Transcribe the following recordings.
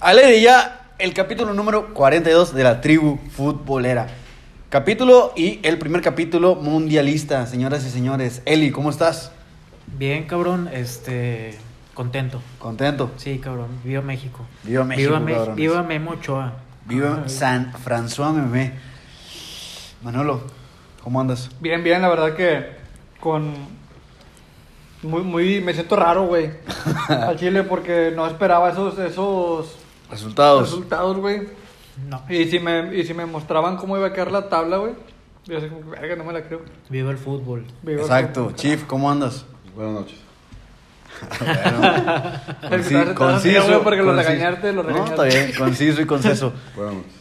Al aire ya el capítulo número 42 de la tribu futbolera. Capítulo y el primer capítulo mundialista, señoras y señores. Eli, ¿cómo estás? Bien, cabrón, este. Contento. ¿Contento? Sí, cabrón. Viva México. Viva México, Viva, Me- cabrones. viva Memo Ochoa. Viva Ay. San François Memé. Manolo, ¿cómo andas? Bien, bien, la verdad que con... Muy, muy, me siento raro, güey. Al Chile porque no esperaba esos, esos Resultados. resultados, güey. No. Y si me, y si me mostraban cómo iba a quedar la tabla, güey. Yo así como, verga, no me la creo. Viva el fútbol. Viva el Exacto. Chief, ¿cómo andas? Buenas noches. Bueno, El que te vas a hacer, güey, porque lo regañaste, lo No, está regañaste. bien, conciso y conceso. Buenas noches.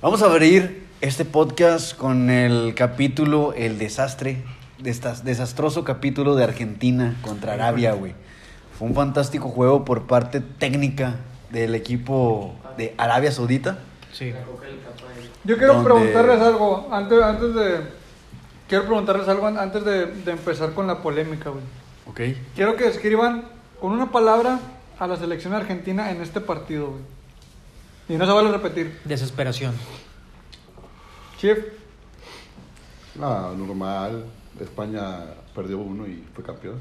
Vamos a abrir este podcast con el capítulo El desastre, destas- desastroso capítulo de Argentina contra Arabia, güey. Fue un fantástico juego por parte técnica del equipo de Arabia Saudita. Sí. Yo quiero Donde- preguntarles algo, antes, antes de... Quiero preguntarles algo an- antes de, de empezar con la polémica, güey. Ok. Quiero que escriban con una palabra a la selección argentina en este partido, güey. Y no se vale repetir. Desesperación. Chief, Nada, normal. España perdió uno y fue campeón.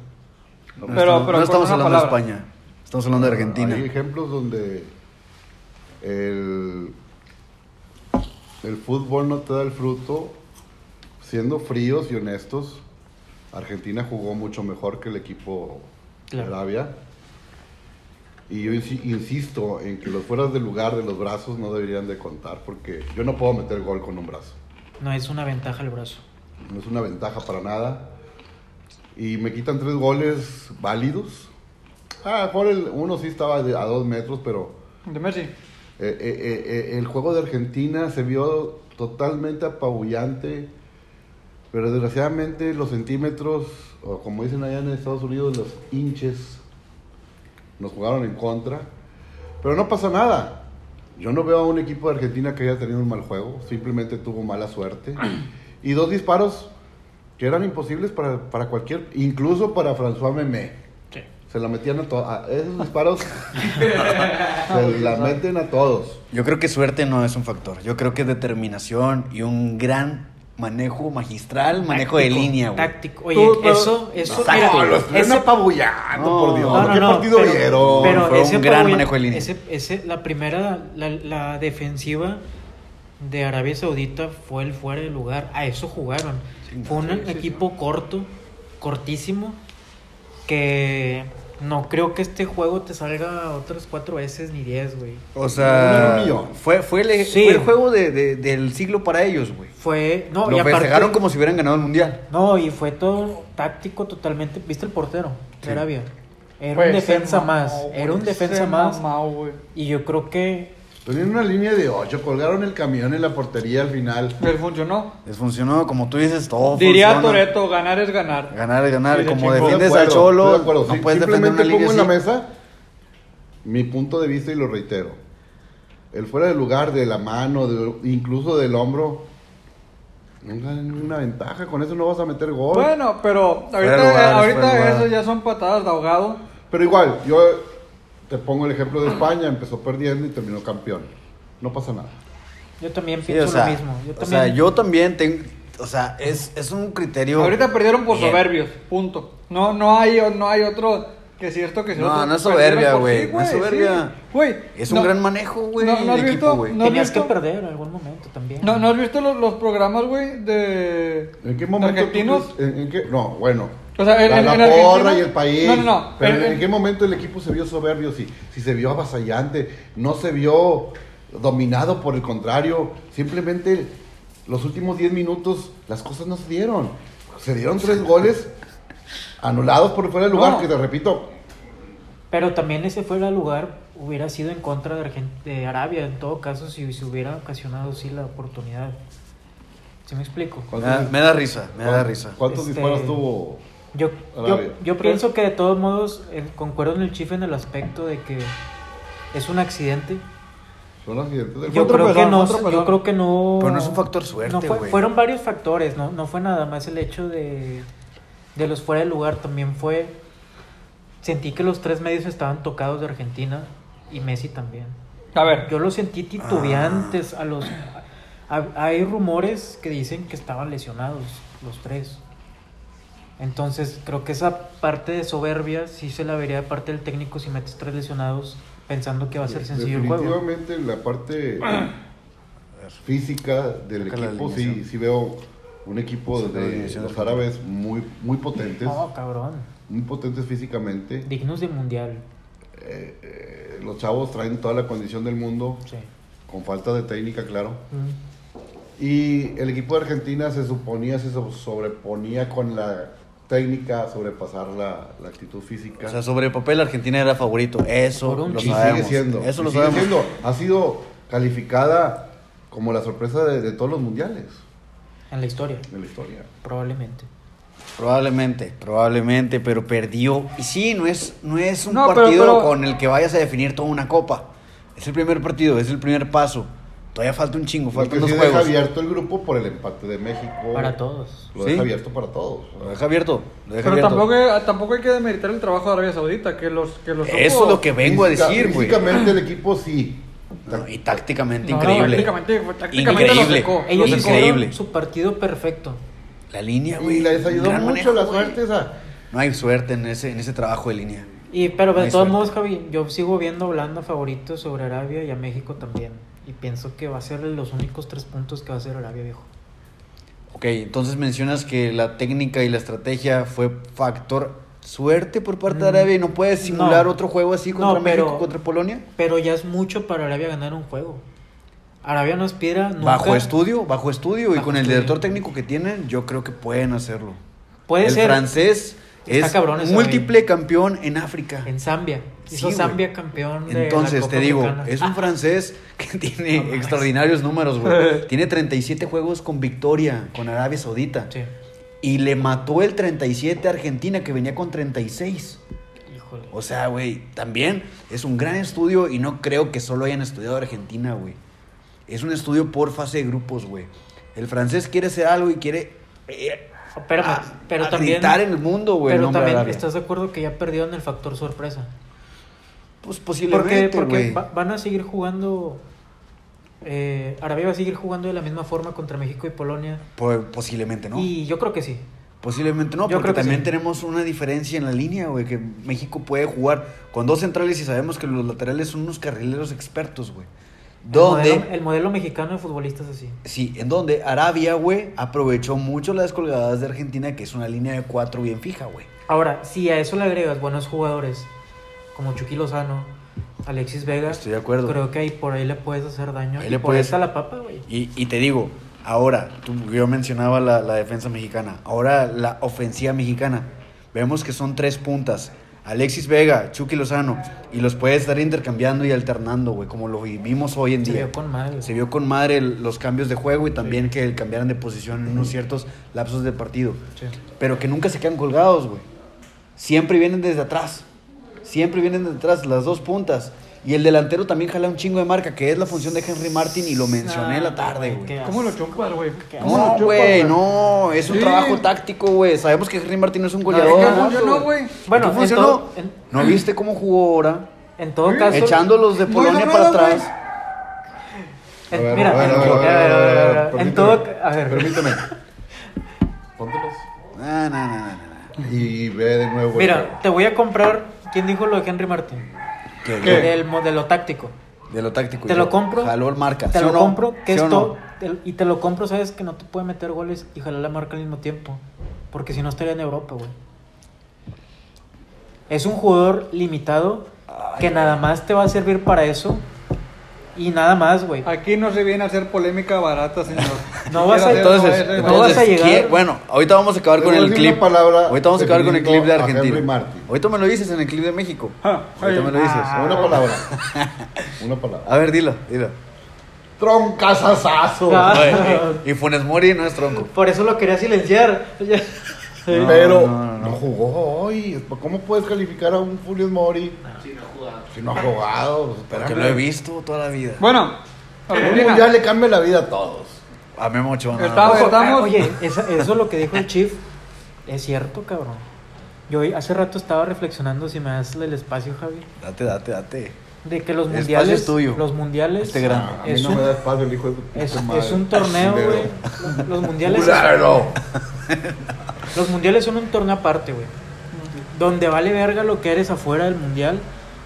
No, Pero- estamos- pero no con estamos una hablando de palabra. España, estamos hablando de Argentina. Hay ejemplos donde el, el fútbol no te da el fruto. Siendo fríos y honestos, Argentina jugó mucho mejor que el equipo Claro. de Arabia. Y yo insi- insisto en que los fueras de lugar de los brazos no deberían de contar porque yo no puedo meter gol con un brazo. No es una ventaja el brazo. No es una ventaja para nada. Y me quitan tres goles válidos. Ah, por el uno sí estaba de- a dos metros, pero de Messi. eh, eh, eh, eh, el juego de Argentina se vio totalmente apabullante. Pero desgraciadamente los centímetros, o como dicen allá en Estados Unidos, los inches, nos jugaron en contra. Pero no pasa nada. Yo no veo a un equipo de Argentina que haya tenido un mal juego. Simplemente tuvo mala suerte. Y dos disparos que eran imposibles para, para cualquier, incluso para François Memé. Sí. Se la metían a todos. Esos disparos se la meten a todos. Yo creo que suerte no es un factor. Yo creo que determinación y un gran manejo magistral, manejo de Táctico, línea, güey. Táctico. Oye, Tú, pero- eso, eso, Exacto, mira, No, lo están ese- apabullando, No, por Dios. no, no, ¿Qué partido pero- vieron? pero Fue ese un gran apoyo- manejo de línea. ese- ese- la primera, la, la defensiva de Arabia Saudita fue el fuera de lugar. A eso jugaron. fue un equipo corto, cortísimo, que no creo que este juego te salga otras cuatro veces ni diez, güey. O sea, Un millón. fue, fue, el, Sí. fue el juego de- de- del siglo para ellos, güey. Fue, no, Lo y aparte- festejaron pues, como si hubieran ganado el mundial. No, y fue todo táctico totalmente. ¿Viste el portero de Sí. Arabia? Era Güey, un Pues, se defensa mamó, más, güey, era un se defensa más. mamó, güey. Y yo creo que Tenían una línea de 8, colgaron el camión en la portería al final. Él funcionó. Les funcionó, como tú dices, todo Diría funciona. Toreto, ganar es ganar. Ganar es ganar. Sí, de como chingón. defiendes Estoy de al acuerdo, Cholo, estoy de acuerdo. no Sí, puedes defender una simplemente línea pongo en la así. mesa mi punto de vista y lo reitero. El fuera de lugar, de la mano, de- incluso del hombro, no ganan una ventaja. Con eso no vas a meter gol. Bueno, pero Fuera de ahorita, lugar, fuera de ahorita lugar. eso ya son patadas de ahogado. Pero igual, yo te pongo el ejemplo de España. Empezó perdiendo y terminó campeón. No pasa nada. yo también Sí, pienso o sea, lo mismo. Yo o sea, también- yo también tengo... O sea, es, es un criterio... Ahorita perdieron por Bien. soberbios, punto. No, no hay, no hay otro que si esto que si No, otro. no es Perdieron soberbia, por- güey, sí, no es soberbia. sí. Güey, Es un no- gran manejo, güey, no- no has de equipo, visto- güey. no- Tenías que visto? perder en algún momento también. ¿No, ¿No has visto los, los programas, güey, de ¿En qué momento? de argentinos? tú crees- en- en qué- No, bueno. O sea, en- la en- la en Argentina- porra y el país. No, no, no, Pero en- en, en- qué momento el equipo se vio soberbio? Si, si se vio avasallante, no se vio dominado, por el contrario. Simplemente los últimos 10 minutos las cosas no se dieron. Se dieron tres goles anulados por fuera de lugar, No. que te repito, Pero también ese fuera de lugar hubiera sido en contra de, Argen- de Arabia, en todo caso, si se hubiera ocasionado sí la oportunidad. ¿Sí me explico? Me da, me da risa, me da risa. ¿Cuántos Este- disparos tuvo? Yo, yo, Arabia. yo pienso que de todos modos eh, concuerdo en el chief en el aspecto de que es un accidente. Son los accidentes del Yo creo, fútbol. tropezón, que no, fue un yo tropezón. creo que no. Pero no es un factor suerte, no fue- güey. Fueron varios factores, ¿no? No fue nada más el hecho de, de los fuera de lugar. También fue. Sentí que los tres medios estaban tocados de Argentina y Messi también. A ver. Yo los sentí Ah. titubeantes a los... a- hay rumores que dicen que estaban lesionados los tres. Entonces, creo que esa parte de soberbia sí se la vería de parte del técnico si metes tres lesionados pensando que va a ser sencillo el juego. Definitivamente en la parte física del Saca la equipo sí, alineación. sí veo un equipo Saca la de alineación. Ah. los árabes muy, muy potentes, No, cabrón. muy potentes físicamente. Dignos de mundial. Eh, eh, los chavos traen toda la condición del mundo, Sí. con falta de técnica, claro. Mm. Y el equipo de Argentina se suponía, se so- sobreponía con la técnica a sobrepasar la, la actitud física. O sea, sobre el papel Argentina era favorito. Eso Por un lo y chingo. sabemos. sigue siendo. Eso y lo sigue sabemos. siendo. Ha sido calificada como la sorpresa de, de todos los mundiales En la historia, de la historia. probablemente. Probablemente, probablemente, pero perdió. Y sí, no es, no es un No, pero- partido pero- con el que vayas a definir toda una copa. Es el primer partido, es el primer paso. Todavía falta un chingo, Porque faltan dos sí deja juegos. abierto el grupo por el empate de Oh. México. Para todos. Lo Sí. deja abierto para todos. Lo deja abierto, lo deja Pero abierto. tampoco, hay- tampoco hay que demeritar el trabajo de Arabia Saudita, que los que los Ah, Eso es lo que vengo a Física- decir, güey. Físicamente el equipo sí. No, y tácticamente No, no, increíble. tácticamente- tácticamente los Increíble. secó. Ellos Los secó. Increíble. hicieron su partido perfecto. La línea, güey. Y les ayudó gran mucho manejo, la güey. suerte esa. No hay suerte en ese, en ese trabajo de línea. Y, pero No de hay todos suerte. modos, Javi, yo sigo viendo a Holanda favorito sobre Arabia y a México también. Y pienso que va a ser los únicos tres puntos que va a hacer Arabia, viejo. Ok, entonces mencionas que la técnica y la estrategia fue factor suerte por parte de Mm, Arabia y no puedes simular no. otro juego así contra No, pero- México, contra Polonia. Pero ya es mucho para Arabia ganar un juego. Arabia no aspira nunca. Bajo estudio, bajo estudio y Bajo con el estudio. director técnico que tienen, yo creo que pueden hacerlo. Puede el ser francés Está es cabrón ese múltiple campeón en África. en Zambia. Hizo Sí, güey. Zambia campeón de la Entonces, Copa te digo, Africana. es un Ah, francés que tiene No mames. extraordinarios números, güey. tiene 37 juegos con victoria con Arabia Saudita. sí. Y le mató el 37 a Argentina, que venía con 36. Híjole. O sea, güey, también es un gran estudio y no creo que solo hayan estudiado Argentina, güey. Es un estudio por fase de grupos, güey. El francés quiere ser algo y quiere eh, Espérame, a- pero a también. gritar en el mundo, güey. el pero nombre de también Arabia. estás de acuerdo que ya perdieron el factor sorpresa. Pues Porque, posiblemente, porque güey. va- van a seguir jugando. eh, Arabia va a seguir jugando de la misma forma contra México y Polonia. Po- Posiblemente no. Y yo creo que sí. Posiblemente no, Yo porque creo que también sí. tenemos una diferencia en la línea, güey, que México puede jugar con dos centrales y sabemos que los laterales son unos carrileros expertos, güey. El Donde, modelo- el modelo mexicano de futbolistas así. sí, en donde Arabia, güey, aprovechó mucho las colgadas de Argentina, que es una línea de cuatro bien fija, güey. Ahora, si a eso le agregas buenos jugadores como Chucky Lozano, Alexis Vega, Estoy de acuerdo. creo que ahí por ahí le puedes hacer daño. Ahí Y le por ahí puedes- está la papa, güey. Y, y te digo, ahora, tú, yo mencionaba la, la defensa mexicana, ahora la ofensiva mexicana. Vemos que son tres puntas. Alexis Vega, Chucky Lozano, y los puedes estar intercambiando y alternando, güey, como lo vivimos hoy en Se día. vio con madre. Se vio con madre el- los cambios de juego y también que cambiaran de posición en unos ciertos lapsos de partido. Sí. Pero que nunca se quedan colgados, güey. Siempre vienen desde atrás. Siempre vienen desde atrás, las dos puntas. Y el delantero también jala un chingo de marca, que es la función de Henry Martin y lo mencioné la tarde, Qué güey. asco. ¿Cómo lo chupas, güey? ¿Cómo lo No, chupas, güey, no. Es un Sí. trabajo táctico, güey. Sabemos que Henry Martin no es un Es que goleador. funcionó, güey. Bueno, ¿Y en qué funcionó? todo- en- ¿No viste cómo jugó ahora? En todo caso. Echando los de No Polonia hizo para nada, güey. atrás. en- A ver, mira, a ver, en- a ver, a ver, a ver, a ver, a ver, a ver, en permíteme, todo. ca- A ver. Permíteme. Póntelos. Ah, no, no, no, no. Y ve de nuevo. el Mira, juego. te voy a comprar. ¿Quién dijo lo de Henry Martin? ¿Qué? ¿Qué? Del modelo táctico. De lo táctico. Te yo. lo compro. Jaló el marca. Te ¿sí lo o no? compro, que ¿Sí o no? es todo. te- Y te lo compro, sabes que no te puede meter goles y jalar la marca al mismo tiempo. Porque si no estaría en Europa, güey. Es un jugador limitado que nada más te va a servir para eso. Y nada más, güey. Aquí no se viene a hacer polémica barata, señor. No vas a- Quiero hacer Entonces, todo eso, no güey. vas a llegar. ¿quién? Bueno, ahorita vamos a acabar Te con voy a el decir clip. una palabra ahorita vamos a acabar con el clip de definiendo a Henry Argentina. Martin. Ahorita me lo dices en el clip de México. Ah, Ahorita ay, me lo dices. ah. Una palabra. Una palabra. A ver, dilo, dilo. Troncasasazo. Ah. A ver, y y Funes Mori no es tronco. Por eso lo quería silenciar. No, Pero no, no, no, no. jugó hoy. ¿Cómo puedes calificar a un Funes Mori si no ha jugado? Si no ha jugado. Porque lo he visto toda la vida. Bueno, Eh, Argentina. Ya le cambia la vida a todos. A Memo Ochoa. nada Está- más. Ojo, estamos- ah, Oye, esa- eso lo que dijo el chief es cierto, cabrón. Yo hoy- hace rato estaba reflexionando si me das el espacio, Javi. Date, date, date. de que los Espacio mundiales, es tuyo. los mundiales Este gran. Ah, a mí es, no un, me da espacio el hijo de tu puta es- madre. es un torneo, Culero. güey. Los- Los mundiales, Culero. los mundiales son un torneo aparte, güey. Donde vale verga lo que eres afuera del mundial.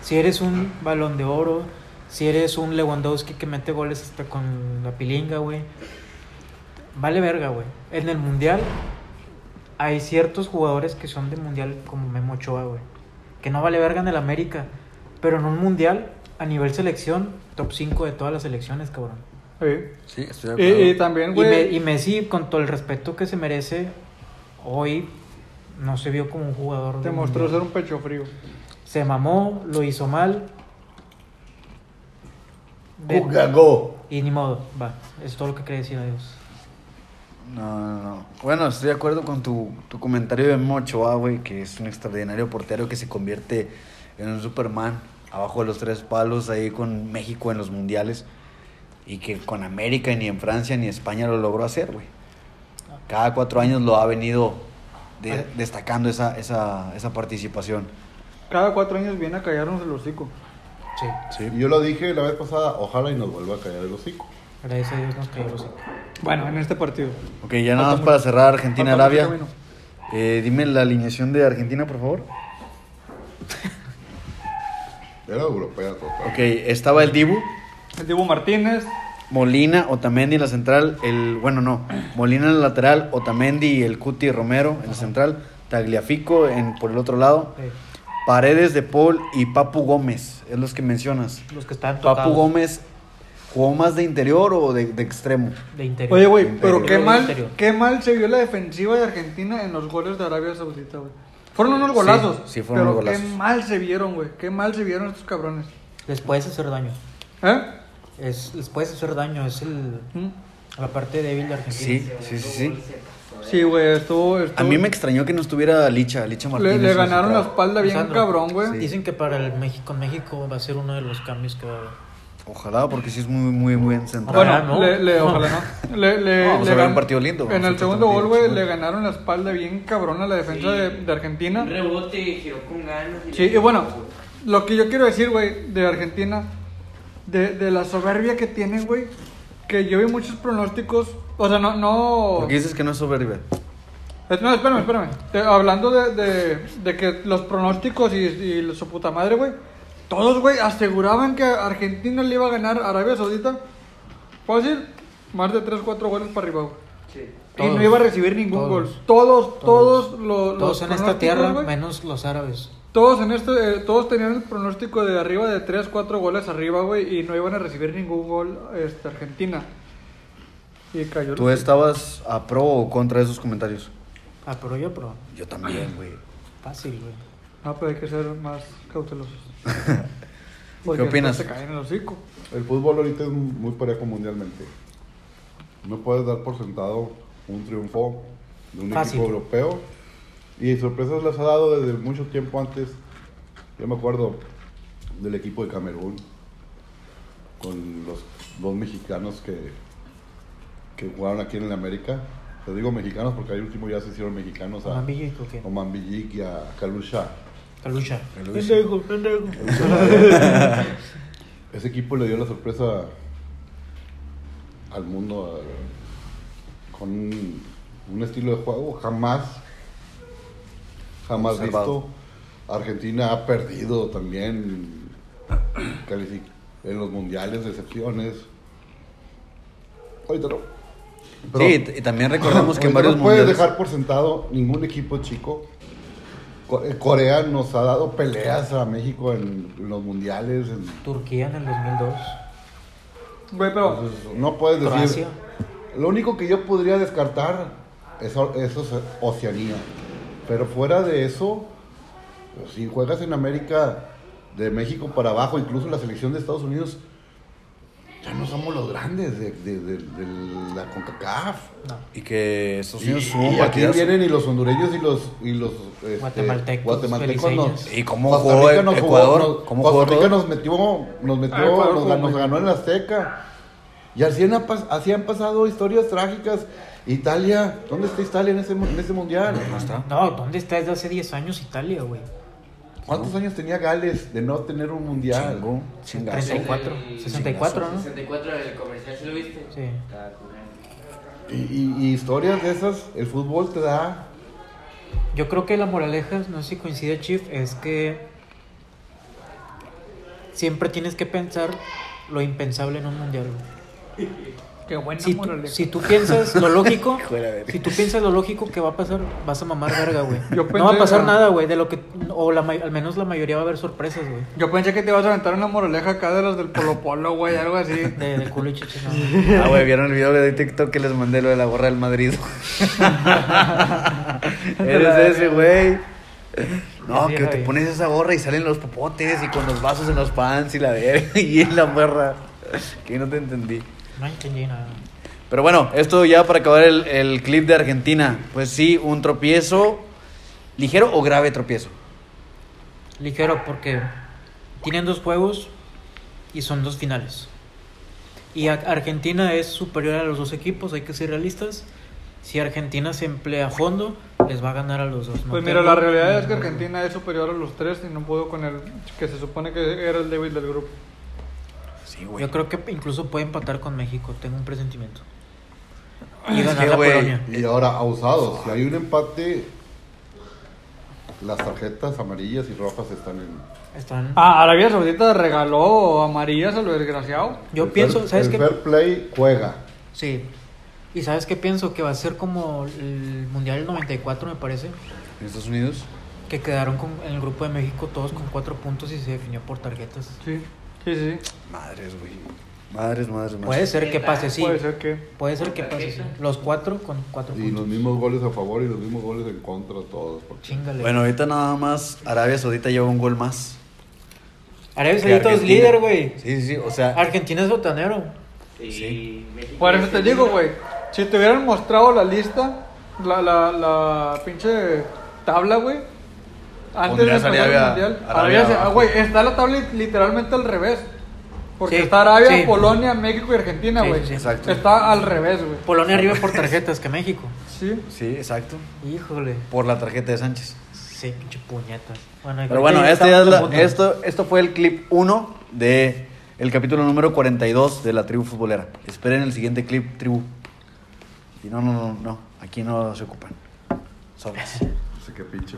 Si eres un balón de oro, si eres un Lewandowski que mete goles hasta con la pilinga, güey. Vale verga, güey. En el mundial hay ciertos jugadores que son de mundial como Memo Ochoa, güey. Que no vale verga en el América. Pero en un mundial, a nivel selección, top 5 de todas las selecciones, cabrón. Sí. Sí, estoy de Y, y acuerdo. también, Y, Me- güey. y Messi, con todo el respeto que se merece, hoy no se vio como un jugador. Te de mostró ser mundial. un pecho frío. Se mamó, lo hizo mal. De- Cugagó. y ni modo, va. Es todo lo que quería decir, adiós. No, no, no. Bueno, estoy de acuerdo con tu, tu comentario de Mochoa, güey, que es un extraordinario portero que se convierte en un Superman abajo de los tres palos ahí con México en los mundiales y que con América ni en Francia ni España lo logró hacer, güey. Cada cuatro años lo ha venido de- destacando esa, esa, esa participación. Cada cuatro años viene a callarnos el hocico. Sí, Sí. Y Yo lo dije la vez pasada, ojalá y nos vuelva a callar el hocico. gracias a Dios nos cayó el hocico. Bueno, en este partido. Ok, ya nada más Falta para mucho- cerrar Argentina-Arabia. Falta mucho camino. Eh, dime la alineación de Argentina, por favor. Era europea total. Ok, estaba el Dibu. El Dibu Martínez. Molina, Otamendi en la central, el bueno no, Molina en el lateral, Otamendi y el Cuti Romero en la central, Tagliafico en por el otro lado, Sí, Paredes de Paul y Papu Gómez, es los que mencionas. Los que están Papu tocados Gómez jugó más de interior o de, de extremo. de interior. Oye, güey, Interior. pero qué Interior, mal, interior. qué mal se vio la defensiva de Argentina en los goles de Arabia Saudita, güey. Fueron unos golazos. sí, fueron pero unos golazos. Qué mal se vieron, güey. Qué mal se vieron estos cabrones. Les puedes hacer daño. ¿Eh? Es, les puedes hacer daño. Es el, ¿Mm? la parte débil de Argentina. Sí, sí, sí, sí. Sí, güey, estuvo, estuvo- A mí me extrañó que no estuviera Licha, Licha le, Martínez. le en la ganaron la central. espalda bien Alessandro. cabrón, güey. Sí. Dicen que para el México, México va a ser uno de los cambios que va a haber. Ojalá, porque sí es muy, muy buen central. Bueno, Ojalá, ¿no? le, le- ojalá no. Le, le- No, vamos le a ver gan- un partido lindo, En vamos a el ver segundo un gol, partido güey, chingón. le ganaron la espalda bien cabrón a la defensa de, de Argentina. Un rebote y giró con ganas. Sí, y bueno, lo que yo quiero decir, güey, de Argentina, de, de la soberbia que tienen, güey, que yo vi muchos pronósticos, o sea, no, no... Porque dices que no es soberbia. Es- No, espérame, espérame. Te- hablando de, de, de que los pronósticos y, y su puta madre, güey, todos, güey, aseguraban que Argentina le iba a ganar a Arabia Saudita, fácil, más de 3, 4 goles para arriba, güey. Sí. Y Todos, no iba a recibir ningún todos, gol. Todos, todos, todos. lo- los. Todos en esta pronósticos, tierra, güey, menos los árabes. Todos en este, eh, todos tenían el pronóstico de arriba de 3, 4 goles arriba, güey, y no iban a recibir ningún gol este, Argentina. Y cayó. el- ¿Tú estabas a pro o contra esos comentarios? Ah, pero yo, pero Yo también, güey. fácil, güey. No, pero Ah, pues hay que ser más cautelosos. ¿Qué opinas? Se caen en el hocico. El fútbol ahorita es muy parejo mundialmente. No puedes dar por sentado un triunfo de un Fácil. equipo europeo. Y sorpresas las ha dado desde mucho tiempo antes. Yo me acuerdo del equipo de Camerún, con los dos mexicanos que, que jugaron aquí en el América. Te digo mexicanos porque al último ya se hicieron mexicanos a Mamá Villa y Coque. Oman Villic y a Kalusha. Calucha. Luis. Pendejo, pendejo. Ese equipo le dio la sorpresa al mundo a- con un, un estilo de juego jamás, jamás Observado. visto. Argentina ha perdido también calific- en los mundiales, decepciones. Ahorita no. Pero- sí, y también recordemos que en Ahorita varios no puedes mundiales... dejar por sentado ningún equipo chico. Co- eh, Corea nos ha dado peleas a México en los mundiales. en- Turquía en el 2002. Güey, pero. Entonces, no puedes decir. Croacia. Lo único que yo podría descartar es, o- eso es Oceanía. Pero fuera de eso, pues, si juegas en América de México para abajo, incluso la selección de Estados Unidos, ya no somos los grandes de, de- de- de la CONCACAF. No. Y que Estados Y, Unidos sumó y un aquí partidazo. vienen y los hondureños y los, y los este, Guatemaltecos, guatemaltecos nos, beliceños. ¿Y cómo Costa jugó E- Rica nos jugó, Ecuador? nos- ¿Cómo jugó Costa Rica Ecuador? nos metió, nos metió, Ah, Ecuador nos, jugó ganó, muy nos ganó en la Azteca. Y así han, pas- así han pasado historias trágicas. Italia, ¿dónde está Italia en ese, mu- en ese mundial? ¿Cómo está? No, ¿dónde está desde hace 10 años Italia, güey? ¿Cuántos años tenía Gales de no tener un mundial? Chingo, Pues chingazo. 34, 64, ¿no? 64 el comercial, ¿sí lo viste? Sí. Estaba con ganas. Y, y- y historias de esas, el fútbol te da. Yo creo que la moraleja, no sé si coincide Chief, es que siempre tienes que pensar lo impensable en un mundial. güey. Qué buena Si tú, moraleja. si tú piensas lo lógico, Hijo de la verga. si tú piensas lo lógico que va a pasar, vas a mamar verga, güey. Yo No va a pensé- pasar nada, güey, de lo que o la may- al menos la mayoría va a haber sorpresas, güey. Yo pensé que te ibas a aventar una moraleja acá de los del Polo Polo, güey, algo así. De, de culo y chichi, no. Ah, güey, ¿vieron el video de TikTok que les mandé lo de la gorra del Madrid? Eres ese, güey. No, Sí, que te Javi. pones esa gorra y salen los popotes y con los vasos en los pants y la verga y en la muerra. Que no te entendí. No entendí nada. Pero bueno, esto ya para acabar el, el clip de Argentina. Pues sí, un tropiezo, ligero o grave tropiezo. Ligero, porque tienen dos juegos y son dos finales. Y a- Argentina es superior a los dos equipos, hay que ser realistas. Si Argentina se emplea a fondo, les va a ganar a los dos. no Pues mira, tengo- la realidad es que no, Argentina es superior a los tres y no pudo con el que se supone que era el débil del grupo. Sí, Yo creo que incluso puede empatar con México, tengo un presentimiento. Y Es ganar que, la güey, Polonia. Y ahora, ausados, si hay un empate, las tarjetas amarillas y rojas están en. Están... Ah, Arabia Saudita regaló amarillas a lo desgraciado. Yo el pienso, fair- ¿sabes el qué? fair play juega. Sí. ¿Y sabes qué pienso? Que va a ser como el Mundial del 94, me parece. ¿En Estados Unidos? Que quedaron con, en el grupo de México todos con cuatro puntos y se definió por tarjetas. Sí, sí, sí. Madres, güey. Madres, madres, madres. Puede ser que pase, sí. Puede ser que. Puede ser que pase, sí. Los cuatro con cuatro Y los puntos. mismos goles a favor y los mismos goles en contra, todos. porque- Chingale. Bueno, ahorita nada más Arabia Saudita lleva un gol más. Arabia que Saudita es Argentina. líder, güey. Sí, sí, sí. O sea, Argentina es botanero. Sí. Sí. México Por eso es te el digo, líder. güey. Si te hubieran mostrado la lista, la, la, la pinche tabla, güey. Antes de Pondrías empezar Arabia- el mundial. Arabia Arabia, se- ah, abajo. güey, está la tabla li- literalmente al revés. Porque Sí, está Arabia, sí. Polonia, México y Argentina, Sí, güey. sí, sí. Exacto. Está al revés, güey. Polonia arriba por tarjetas que México. Sí. sí, exacto. Híjole. Por la tarjeta de Sánchez. Sí, pinche puñetas. Bueno, Pero bueno, ahorita este ya ya es la- estamos en punto. esto, esto fue el clip 1 de el capítulo número 42 de la tribu futbolera. Esperen el siguiente clip, tribu. Y no, no, no, no. Aquí no se ocupan. Sobras. Así que pinche